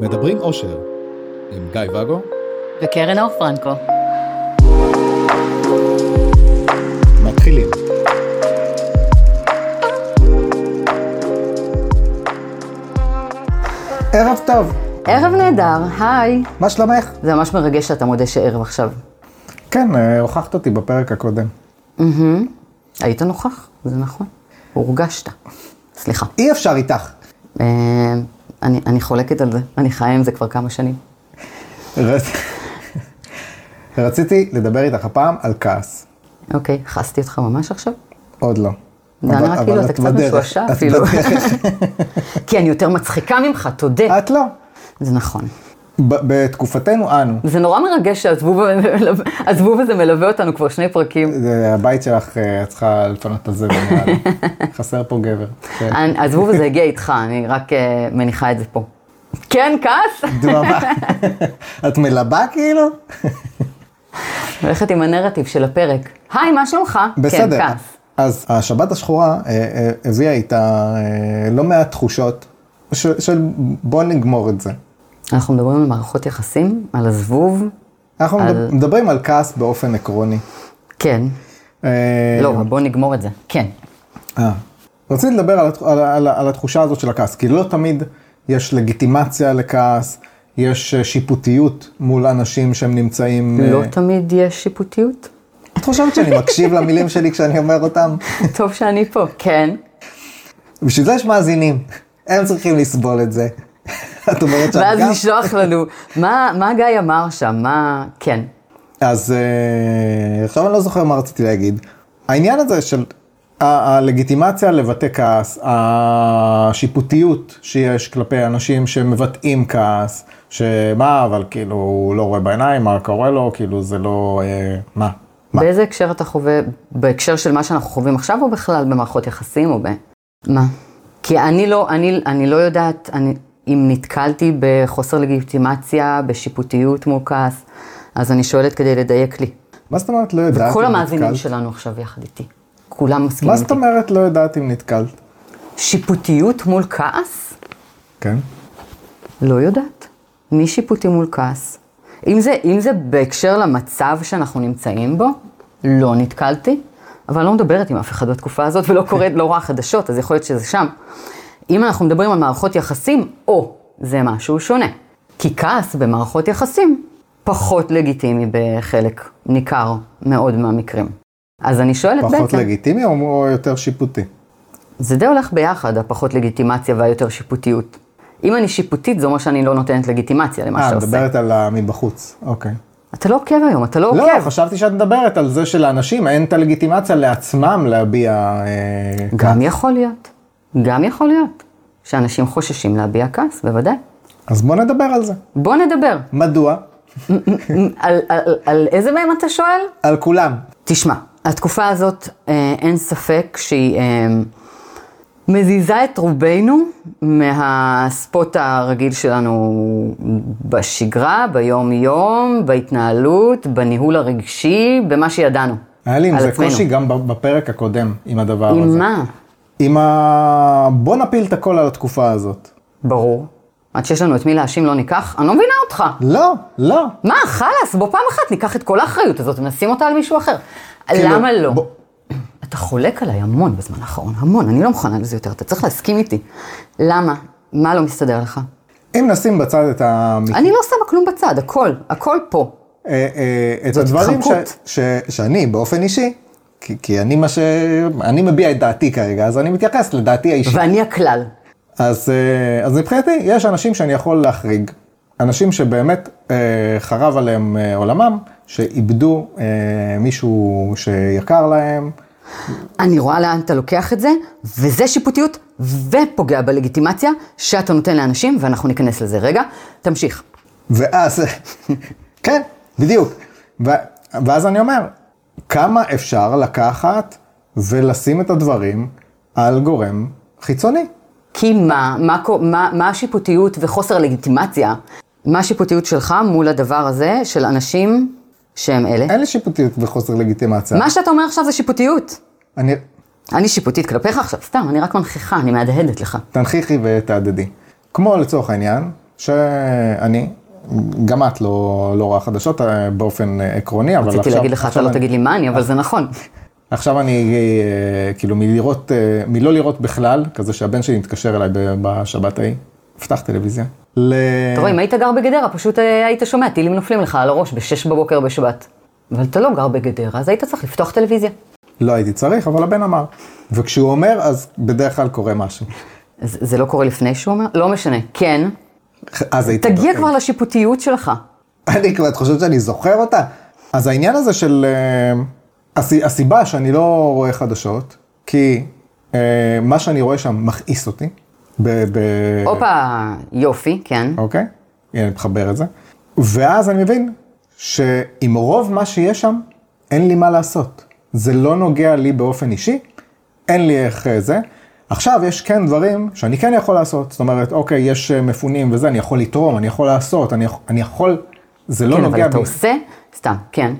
מדברים אושר, עם גיא ואגו, וקרן אור פרנקו. מתחילים. ערב טוב, ערב נהדר, היי. מה שלומך? זה ממש מרגש שאתה מודה שערב עכשיו. כן, אה, הוכחת אותי בפרק הקודם. מהמם. היית נוכח, זה נכון. הורגשת. סליחה. אי אפשר איתך. אה, אני, אני חולקת על זה, אני חיה עם זה כבר כמה שנים. רצ- רציתי לדבר איתך הפעם על כעס. אוקיי, חסתי אותך ממש עכשיו? עוד לא. זה אבל- נראה אבל כאילו אתה את קצת בדרך. משועשע את אפילו. בדרך. כי אני יותר מצחיקה ממך, תודה. את לא. זה נכון. ב- בתקופתנו אנו. זה נורא מרגש שהזבוב הזה מלווה- הזבוב הזה מלווה אותנו כבר שני פרקים. זה הבית שלך, אה, את צריכה לפנות את הזבל, נראה לי. חסר פה גבר. כן. אני- הזבוב הזה הגיע איתך, אני רק אה, מניחה את זה פה. כן, כעס? דממה. את מלבה כאילו? כן, הולכת עם הנרטיב של הפרק. היי, מה שלומך? בסדר. כן, כעס. אז השבת השחורה אה, אה, הביאה איתה אה, לא מעט תחושות של של בוא נגמור את זה. אנחנו מדברים על מערכות יחסים, על הזבוב. אנחנו על- מדברים על כעס באופן עקרוני. כן. אה, לא, בוא נגמור את זה. כן. אה. רציתי לדבר על, הת- על, על, על התחושה הזאת של הכעס, כי לא תמיד יש לגיטימציה לכעס, יש אה, שיפוטיות מול אנשים שהם נמצאים... לא אה, תמיד יש שיפוטיות. את חושבת שאני מקשיב למילים שלי כשאני אומר אותם? טוב שאני פה. כן. בשביל זה יש מאזינים, הם צריכים לסבול את זה. את אומרת שאת ואז גם... לשלוח לנו, מה מה גיא אמר שם? מה... כן. אז אה, עכשיו אני לא זוכר מה רציתי להגיד. העניין הזה של ה- הלגיטימציה לבטא כעס, השיפוטיות שיש כלפי אנשים שמבטאים כעס, שמה, אבל כאילו, הוא לא רואה בעיניים, מה קורה לו, כאילו, זה לא... אה, מה? מה? באיזה הקשר אתה חווה, בהקשר של מה שאנחנו חווים עכשיו, או בכלל במערכות יחסים, או ב... מה? כי אני לא, אני, אני לא יודעת אני, אם נתקלתי בחוסר לגיטימציה, בשיפוטיות מול כעס, אז אני שואלת כדי לדייק לי. מה זאת אומרת לא יודעת כל אם המאזינים נתקלת? שלנו עכשיו יחד איתי, כולם מסכימים מה זאת איתי. אומרת לא יודעת אם נתקלת? שיפוטיות מול כעס? כן. לא יודעת. מי שיפוטי מול כעס? אם זה, אם זה בהקשר למצב שאנחנו נמצאים בו, לא נתקלתי, אבל אני לא מדברת עם אף אחד בתקופה הזאת ולא קוראת, כן. לא רואה חדשות, אז יכול להיות שזה שם. אם אנחנו מדברים על מערכות יחסים, או, זה משהו שונה. כי כעס במערכות יחסים פחות לגיטימי בחלק ניכר מאוד מהמקרים. אז אני שואלת פחות בעצם, לגיטימי או- או יותר שיפוטי? זה די הולך ביחד, הפחות לגיטימציה והיותר שיפוטיות. אם אני שיפוטית, זה אומר שאני לא נותנת לגיטימציה למה אה, שאתה עושה. מדברת על המבחוץ, אוקיי. אתה לא עוקב היום, אתה לא עוקב. לא, חשבתי שאת מדברת על זה שלאנשים אין את הלגיטימציה לעצמם להביע אה, גם יכול להיות. גם יכול להיות. שאנשים חוששים להביע כעס, בוודאי. אז בוא נדבר על זה. בוא נדבר. מדוע? על, על, על איזה מהם אתה שואל? על כולם. תשמע, התקופה הזאת, אה, אין ספק שהיא אה, מזיזה את רובנו מהספוט הרגיל שלנו בשגרה, ביום-יום, בהתנהלות, בניהול הרגשי, במה שידענו. היה לי עם על זה עצמנו. קושי גם ב- בפרק הקודם, עם הדבר הזה. עם מה? עם ה... בוא נפיל את הכל על התקופה הזאת. ברור. עד שיש לנו את מי להאשים לא ניקח, אני לא מבינה אותך. לא, לא. מה, חלאס, בוא פעם אחת ניקח את כל האחריות הזאת ונשים אותה על מישהו אחר. כאילו, למה לא? בוא- אתה חולק עליי המון בזמן האחרון, המון, אני לא מוכנה לזה יותר, אתה צריך להסכים איתי. למה? מה לא מסתדר לך? אם נשים בצד את, ה... אני לא שמה כלום בצד, הכל, הכל פה. אה, אה, את זאת הדברים ש... התחמקות. ש... שאני באופן אישי, כי, כי אני מה ש... אני מביע את דעתי כרגע, אז אני מתייחס לדעתי האישית. ואני הכלל. אז, אה, אז מבחינתי, יש אנשים שאני יכול להחריג. אנשים שבאמת אה, חרב עליהם אה, עולמם, שאיבדו אה, מישהו שיקר להם. אני רואה לאן אתה לוקח את זה, וזה שיפוטיות, ופוגע בלגיטימציה שאתה נותן לאנשים, ואנחנו ניכנס לזה. רגע, תמשיך. ואז, כן, בדיוק. ו, ואז אני אומר, כמה אפשר לקחת ולשים את הדברים על גורם חיצוני? כי מה, מה, קו- מה, מה השיפוטיות וחוסר לגיטימציה? מה השיפוטיות שלך מול הדבר הזה של אנשים שהם אלה? אין לי שיפוטיות וחוסר לגיטימציה. מה שאתה אומר עכשיו זה שיפוטיות. אני... אני שיפוטית כלפיך עכשיו, סתם, אני רק מנכיחה, אני מהדהדת לך. תנכיחי ותהדדי. כמו לצורך העניין, שאני, גם את לא, לא רואה חדשות אה, באופן אה, עקרוני, אבל עכשיו... רציתי להגיד לך, אתה עכשיו לא אני- כן. תגיד לי מה אני, אבל זה נכון. עכשיו אני, אה, כאילו, מלראות, אה, מלא לראות בכלל, כזה שהבן שלי מתקשר אליי ב- בשבת ההיא, פתח טלוויזיה. ל... אתה רואה, אם היית גר בגדרה, פשוט אה, היית שומע טילים נופלים לך על הראש בשש בבוקר בשבת. אבל אתה לא גר בגדרה, אז היית צריך לפתוח טלוויזיה. לא הייתי צריך, אבל הבן אמר. וכשהוא אומר, אז בדרך כלל קורה משהו. זה זה לא קורה לפני שהוא אומר? לא משנה. כן, אז הייתי... תגיע כבר לשיפוטיות שלך. כן. אני כבר, את חושבת שאני זוכר אותה? אז העניין הזה של... אה, הסי- הסיבה שאני לא רואה חדשות, כי אה, מה שאני רואה שם מכעיס אותי. ב- ב- הופה, יופי, כן. אוקיי? הנה, תחבר את זה. ואז אני מבין שעם רוב מה שיש שם, אין לי מה לעשות. זה לא נוגע לי באופן אישי, אין לי איך אה, זה. עכשיו, יש כן דברים שאני כן יכול לעשות. זאת אומרת, אוקיי, יש אה, מפונים וזה, אני יכול לתרום, אני יכול לעשות, אני, יכ- אני יכול... זה לא כן, נוגע אבל אתה בי. עושה, סתם, כן.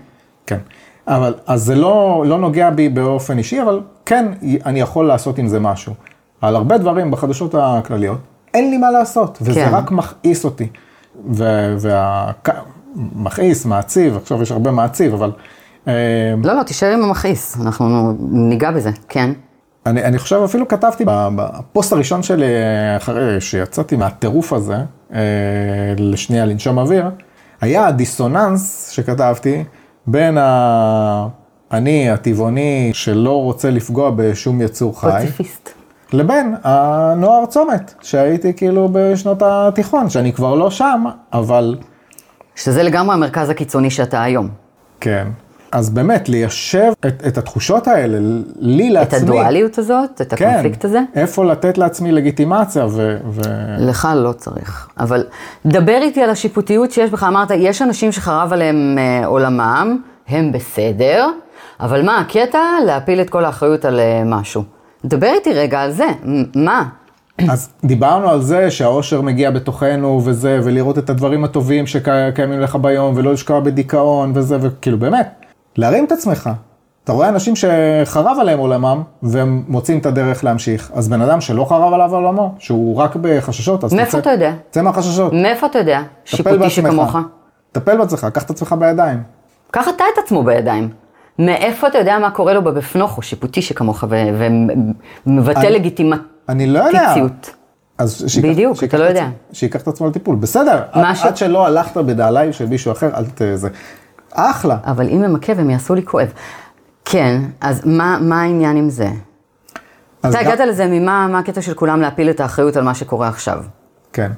כן. אבל, אז זה לא, לא נוגע בי באופן אישי, אבל כן, אני יכול לעשות עם זה משהו. על הרבה דברים בחדשות הכלליות, אין לי מה לעשות, וזה כן. כן. רק מכעיס אותי. ו- וה... כ- מכעיס, מעציב, עכשיו יש הרבה מעציב, אבל... אה, לא, לא, תישאר עם המכעיס, אנחנו ניגע בזה, כן. אני, אני חושב אפילו כתבתי ב- בפוסט הראשון שלי, אחרי שיצאתי מהטירוף הזה, אה, לשנייה לנשום אוויר, היה הדיסוננס שכתבתי בין ה... אני הטבעוני שלא רוצה לפגוע בשום יצור חי, פציפיסט. לבין הנוער צומת, שהייתי כאילו בשנות התיכון, שאני כבר לא שם, אבל שזה לגמרי המרכז הקיצוני שאתה היום. כן. אז באמת, ליישב את, את התחושות האלה, לי את לעצמי. הדואליות הזאת, את כן, הקונפליקט הזה. איפה לתת לעצמי לגיטימציה ו... ו... לך לא צריך, אבל דבר איתי על השיפוטיות שיש בך, אמרת, יש אנשים שחרב עליהם אה, עולמם, הם בסדר, אבל מה הקטע? להפיל את כל האחריות על אה, משהו. דבר איתי רגע על זה, מ- מה? אז דיברנו על זה שהאושר מגיע בתוכנו וזה, ולראות את הדברים הטובים שקיימים לך ביום, ולא לשקוע בדיכאון וזה, וכאילו באמת, להרים את עצמך. אתה רואה אנשים שחרב עליהם עולמם, והם מוצאים את הדרך להמשיך. אז בן אדם שלא חרב עליו עולמו, שהוא רק בחששות, אז מאיפה אתה יודע? תצא מהחששות. מאיפה אתה יודע? טפל שיפוטי בעצמך. שכמוך. טפל בעצמך, קח את עצמך בידיים. קח אתה את עצמו בידיים. מאיפה אתה יודע מה קורה לו בבפנוכו, שיפוטי שכמוך, ו- ומבטא אני- לגיטימציות. אני לא יודע. אז שיקח, בדיוק, אתה לא את- יודע. שייקח את עצמו לטיפול, בסדר. מה עד, ש- ש... עד שלא הלכת בנעליים של מישהו אחר, אל ת... זה. אחלה. אבל אם הם עקב, הם יעשו לי כואב. כן, אז מה, מה העניין עם זה? אז אתה גם- הגעת לזה ממה מה הקטע של כולם להפיל את האחריות על מה שקורה עכשיו. כן.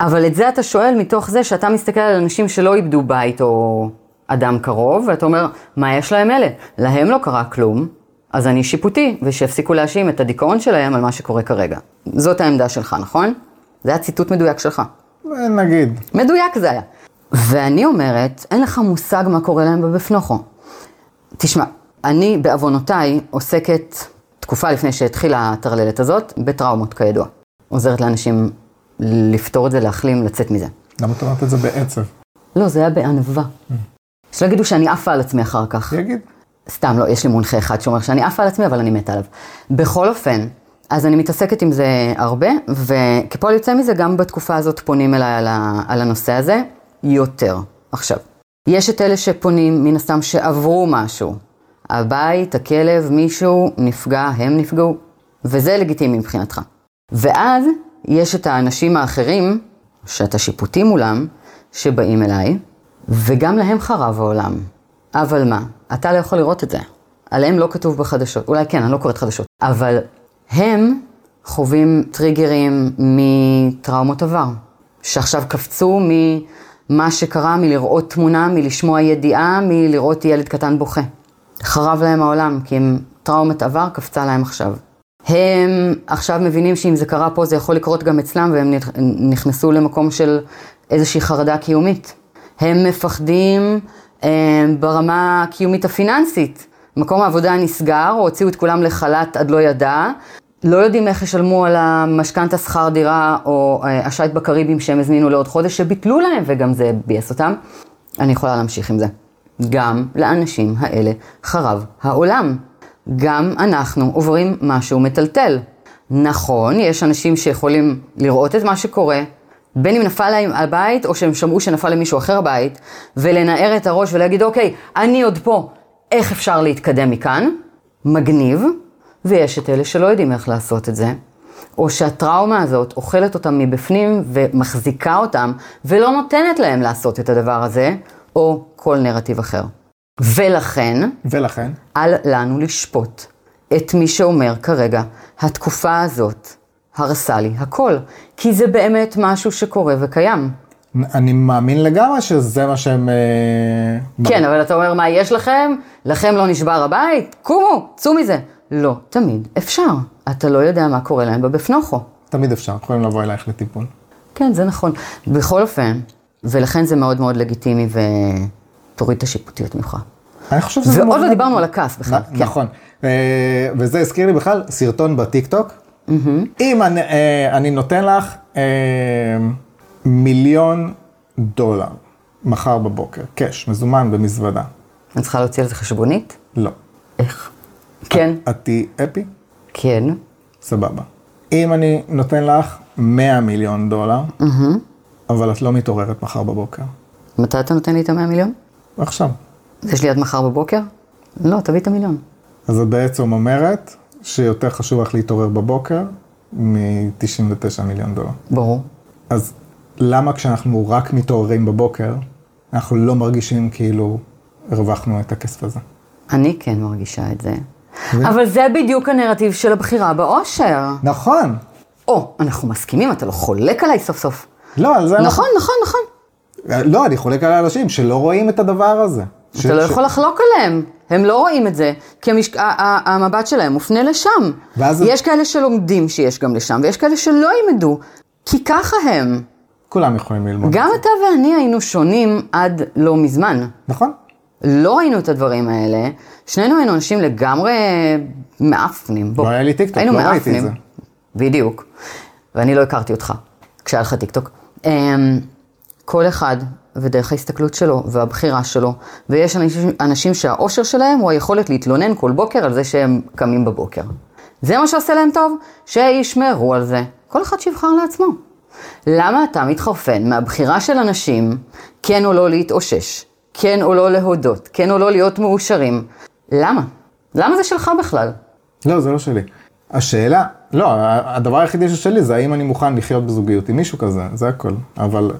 אבל את זה אתה שואל מתוך זה שאתה מסתכל על אנשים שלא איבדו בית או אדם קרוב, ואתה אומר, מה יש להם אלה? להם לא קרה כלום, אז אני שיפוטי, ושיפסיקו להאשים את הדיכאון שלהם על מה שקורה כרגע. זאת העמדה שלך, נכון? זה היה ציטוט מדויק שלך. נגיד. מדויק זה היה. ואני אומרת, אין לך מושג מה קורה להם בבפנוכו. תשמע, אני בעוונותיי עוסקת, תקופה לפני שהתחילה הטרללת הזאת, בטראומות כידוע. עוזרת לאנשים לפתור את זה, להחלים, לצאת מזה. למה את אומרת את זה בעצב? לא, זה היה בענווה. שלא יגידו שאני עפה על עצמי אחר כך. יגיד. סתם, לא, יש לי מונחה אחד שאומר שאני עפה על עצמי, אבל אני מתה עליו. בכל אופן, אז אני מתעסקת עם זה הרבה, וכפועל יוצא מזה, גם בתקופה הזאת פונים אליי על, ה, על הנושא הזה יותר. עכשיו, יש את אלה שפונים, מן הסתם, שעברו משהו. הבית, הכלב, מישהו נפגע, הם נפגעו, וזה לגיטימי מבחינתך. ואז יש את האנשים האחרים, שאתה שיפוטי מולם, שבאים אליי, וגם להם חרב העולם. אבל מה, אתה לא יכול לראות את זה. עליהם לא כתוב בחדשות. אולי כן, אני לא קוראת חדשות. אבל הם חווים טריגרים מטראומות עבר, שעכשיו קפצו ממה שקרה, מלראות תמונה, מלשמוע ידיעה, מלראות ילד קטן בוכה. חרב להם העולם, כי הם טראומת עבר קפצה להם עכשיו. הם עכשיו מבינים שאם זה קרה פה זה יכול לקרות גם אצלם והם נכ- נכנסו למקום של איזושהי חרדה קיומית. הם מפחדים אה, ברמה הקיומית הפיננסית. מקום העבודה נסגר, או הוציאו את כולם לחל"ת עד לא ידע, לא יודעים איך ישלמו על המשכנתה שכר דירה או אה, השייט בקריבים שהם הזמינו לעוד חודש שביטלו להם וגם זה ביאס אותם. אני יכולה להמשיך עם זה. גם לאנשים האלה חרב העולם. גם אנחנו עוברים משהו מטלטל. נכון, יש אנשים שיכולים לראות את מה שקורה, בין אם נפל להם הבית, או שהם שמעו שנפל למישהו אחר הבית, ולנער את הראש ולהגיד, אוקיי, אני עוד פה, איך אפשר להתקדם מכאן? מגניב. ויש את אלה שלא יודעים איך לעשות את זה, או שהטראומה הזאת אוכלת אותם מבפנים ומחזיקה אותם, ולא נותנת להם לעשות את הדבר הזה, או כל נרטיב אחר. ולכן, ולכן, אל לנו לשפוט את מי שאומר כרגע, התקופה הזאת הרסה לי הכל, כי זה באמת משהו שקורה וקיים. אני מאמין לגמרי שזה מה שהם... אה, כן, אבל אתה אומר, מה יש לכם? לכם לא נשבר הבית? קומו, צאו מזה. לא תמיד אפשר. אתה לא יודע מה קורה להם בבפנוכו. תמיד אפשר, יכולים לבוא אלייך לטיפול. כן, זה נכון. בכל אופן, ולכן זה מאוד מאוד לגיטימי ותוריד את השיפוטיות ממך. אני חושב שזה... ועוד מאוד- לא דיברנו על הכעס בכלל. כן. נ- נכון. אה, וזה הזכיר לי בכלל סרטון בטיקטוק. אם אני- אה, אני נותן לך אה, מיליון דולר מחר בבוקר, קאש, מזומן במזוודה. אני צריכה להוציא על זה חשבונית? לא. איך? כן, את תהיי אפי? כן. סבבה. אם אני נותן לך 100 מיליון דולר, אבל את לא מתעוררת מחר בבוקר. מתי אתה נותן לי את המאה מיליון? עכשיו. יש לי עד מחר בבוקר? לא, תביא את המיליון. אז את בעצם אומרת שיותר חשוב לך להתעורר בבוקר מ-99 מיליון דולר. ברור. אז למה כשאנחנו רק מתעוררים בבוקר, אנחנו לא מרגישים כאילו הרווחנו את הכסף הזה? אני כן מרגישה את זה. אבל זה בדיוק הנרטיב של הבחירה באושר. נכון. או, אנחנו מסכימים, אתה לא חולק עליי סוף סוף. לא, על זה... נכון, נכון, נכון. אנחנו- לא, אני חולק על האנשים שלא רואים את הדבר הזה. ש- אתה לא ש- יכול לחלוק עליהם. הם לא רואים את זה, כי המש... ה- ה- המבט שלהם מופנה לשם. ואז- יש כאלה שלומדים שיש גם לשם, ויש כאלה שלא ילמדו, כי ככה הם. כולם יכולים ללמוד. גם אתה ואני היינו שונים עד לא מזמן. נכון. לא ראינו את הדברים האלה, שנינו היינו אנשים לגמרי אה, מאפנים. בוא. לא היה לי טיקטוק, היינו לא ראיתי את מאפנים. זה. בדיוק. ואני לא הכרתי אותך, כשהיה לך טיקטוק. אמ, כל אחד ודרך ההסתכלות שלו והבחירה שלו, ויש אנשים, אנשים שהאושר שלהם הוא היכולת להתלונן כל בוקר על זה שהם קמים בבוקר. זה מה שעושה להם טוב, שישמרו על זה. כל אחד שיבחר לעצמו. למה אתה מתחרפן מהבחירה של אנשים כן או לא להתאושש, כן או לא להודות, כן או לא להיות מאושרים? למה? למה זה שלך בכלל? לא, זה לא שלי. השאלה, לא, ה- הדבר היחידי ששלי זה האם אני מוכן לחיות בזוגיות עם מישהו כזה, זה הכל. אבל,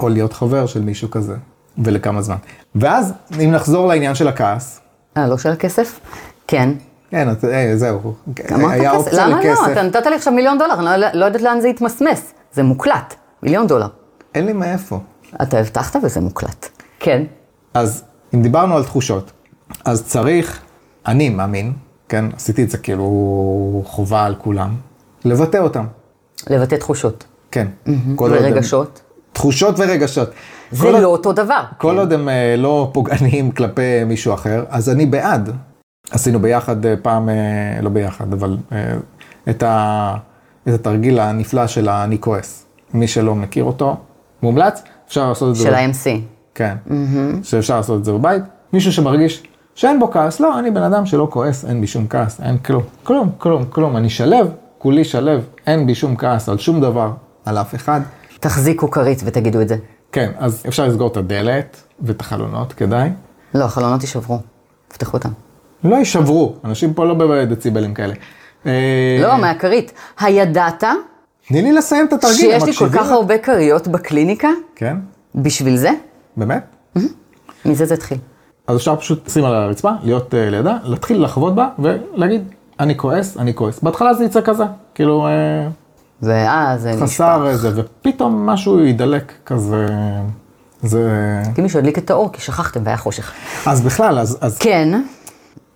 או להיות חבר של מישהו כזה, ולכמה זמן. ואז, אם נחזור לעניין של הכעס, אה, לא של הכסף? כן. אין, את- אה, זהו. אמרת היה כסף? אופציה למה לכסף. לא? אתה נתת לי עכשיו מיליון דולר, אני לא- לא יודעת לאן זה התמסמס. זה מוקלט, מיליון דולר. אין לי מאיפה. אתה הבטחת וזה מוקלט. כן. אז אם דיברנו על תחושות, אז צריך, אני מאמין, כן, עשיתי את זה כאילו חובה על כולם, לבטא אותם. לבטא תחושות. כן. כל עוד הם- ורגשות. תחושות ורגשות. זה כל עוד- לא אותו דבר. כל עוד הם אה, לא פוגעניים כלפי מישהו אחר, אז אני בעד. עשינו ביחד אה, פעם, אה, לא ביחד, אבל אה, את, ה, את התרגיל הנפלא של ה"אני כועס". מי שלא מכיר אותו, מומלץ, אפשר לעשות את זה. לא- של בב- ה-MC. כן. שאפשר לעשות את זה בבית. מישהו שמרגיש שאין בו כעס, לא, אני בן אדם שלא כועס, אין בי שום כעס, אין כלום. כלום, כלום, כלום. אני שלו, כולי שלו, אין בי שום כעס על שום דבר, על אף אחד. תחזיקו כרית ותגידו את זה. כן, אז אפשר לסגור את הדלת ואת החלונות, כדאי. לא, החלונות יישברו. תפתחו אותם. לא יישברו, אנשים פה לא בדציבלים כאלה. אה, לא, מהכרית. הידעת תני לי לסיים את התרגיל, שיש לי כל מקשיבים כך לך. הרבה כריות בקליניקה? כן, בשביל זה? באמת? מזה זה התחיל. אז אפשר פשוט לשים על הרצפה, להיות אה, לידה, להתחיל לחוות בה ולהגיד, אני כועס, אני כועס. בהתחלה זה יצא כזה, כאילו אה, ואז זה נשפך. חסר איזה, ופתאום משהו יידלק כזה, זה... כי מישהו הדליק את האור, כי שכחתם והיה חושך. אז בכלל, אז, אז כן,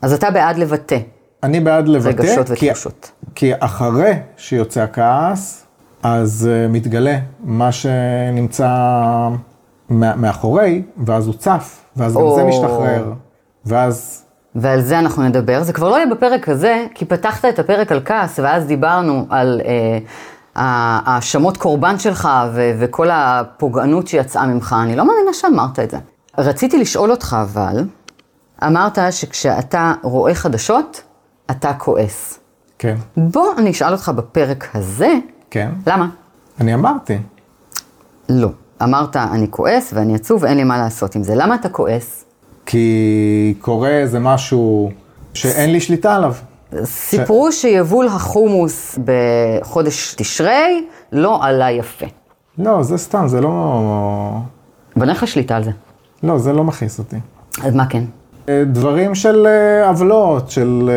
אז אתה בעד לבטא. אני בעד לבטא, רגשות כי- ותחושות. כי אחרי שיוצא הכעס, אז אה, מתגלה מה שנמצא מה- מאחורי, ואז הוא צף, ואז גם זה או. משתחרר, ואז ועל זה אנחנו נדבר. זה כבר לא יהיה בפרק הזה, כי פתחת את הפרק על כעס, ואז דיברנו על אה, ה- האשמות קורבן שלך ו- וכל הפוגענות שיצאה ממך. אני לא מאמינה שאמרת את זה. רציתי לשאול אותך, אבל, אמרת שכשאתה רואה חדשות, אתה כועס. כן, בוא אני אשאל אותך בפרק הזה, כן, למה? אני אמרתי, לא. אמרת, אני כועס ואני עצוב ואין לי מה לעשות עם זה. למה אתה כועס? כי קורה איזה משהו שאין לי שליטה עליו. סיפרו שיבול החומוס בחודש תשרי לא עלה יפה. לא, זה סתם, זה לא... אבל אין לך שליטה על זה. לא, זה לא מכעיס אותי. אז מה כן? אה, דברים של אה, עוולות, של...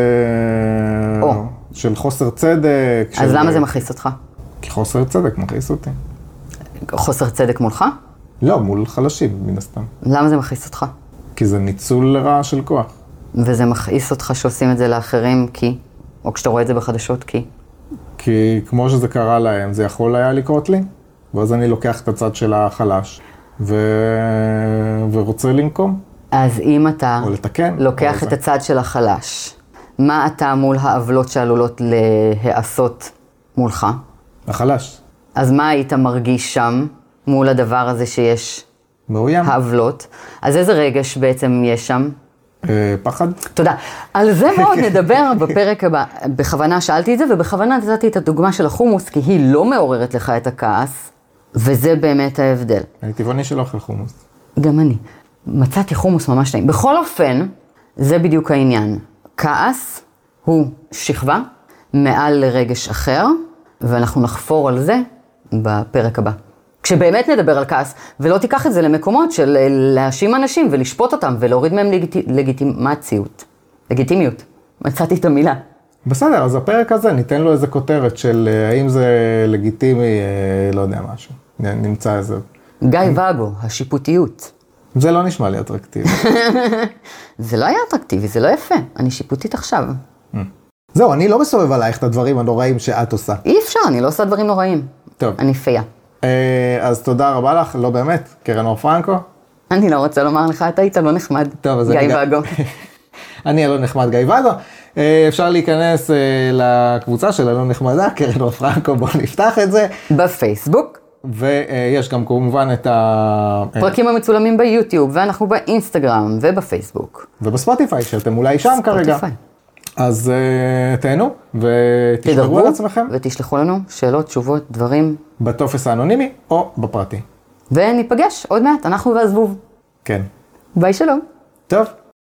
אה, או. של חוסר צדק. אז של- למה זה מכעיס אותך? כי חוסר צדק מכעיס אותי. חוסר צדק מולך? לא, מול חלשים, מן הסתם. למה זה מכעיס אותך? כי זה ניצול לרעה של כוח. וזה מכעיס אותך שעושים את זה לאחרים כי, או כשאתה רואה את זה בחדשות כי. כי כמו שזה קרה להם, זה יכול היה לקרות לי. ואז אני לוקח את הצד של החלש, ו... ורוצה לנקום, אז אם אתה או לתקן. לוקח או את זה. הצד של החלש, מה אתה מול העוולות שעלולות להיעשות מולך? החלש. אז מה היית מרגיש שם מול הדבר הזה שיש מאוים. העוולות? אז איזה רגש בעצם יש שם? אה, פחד. תודה. על זה מאוד נדבר בפרק הבא. בכוונה שאלתי את זה, ובכוונה נתתי את הדוגמה של החומוס, כי היא לא מעוררת לך את הכעס, וזה באמת ההבדל. אני טבעוני שלא אוכל חומוס. גם אני. מצאתי חומוס ממש טעים. בכל אופן, זה בדיוק העניין. כעס הוא שכבה מעל לרגש אחר, ואנחנו נחפור על זה בפרק הבא. כשבאמת נדבר על כעס, ולא תיקח את זה למקומות של אה, להאשים אנשים ולשפוט אותם ולהוריד מהם לגיט... לגיטימציות. לגיטימיות. מצאתי את המילה. בסדר, אז הפרק הזה, ניתן לו איזה כותרת של אה, האם זה לגיטימי, אה, לא יודע משהו. נ- נמצא איזה... גיא ואגו, השיפוטיות. זה לא נשמע לי אטרקטיבי. זה לא היה אטרקטיבי, זה לא יפה. אני שיפוטית עכשיו. זהו, אני לא מסובב עלייך את הדברים הנוראים שאת עושה. אי אפשר, אני לא עושה דברים נוראים. טוב. אני פייה. אה, אז תודה רבה לך, לא באמת, קרן אור פרנקו. אני לא רוצה לומר לך, אתה היית לא נחמד. טוב, אז אני גיא גם- ואגו. אני הלא נחמד גיא ואגו. אה, אפשר להיכנס אה, לקבוצה של הלא נחמדה, קרן אור פרנקו, בואו נפתח את זה. בפייסבוק, ויש גם כמובן את ה... אה, פרקים המצולמים ביוטיוב, ואנחנו באינסטגרם ובפייסבוק. ובספוטיפיי, שאתם אולי שם כרגע. ספוטיפיי. אז אה, תהנו, ותשמרו על תדרגו עצמכם ותשלחו לנו שאלות, תשובות, דברים, בטופס האנונימי או בפרטי. וניפגש עוד מעט, אנחנו והזבוב. כן. ביי שלום. טוב.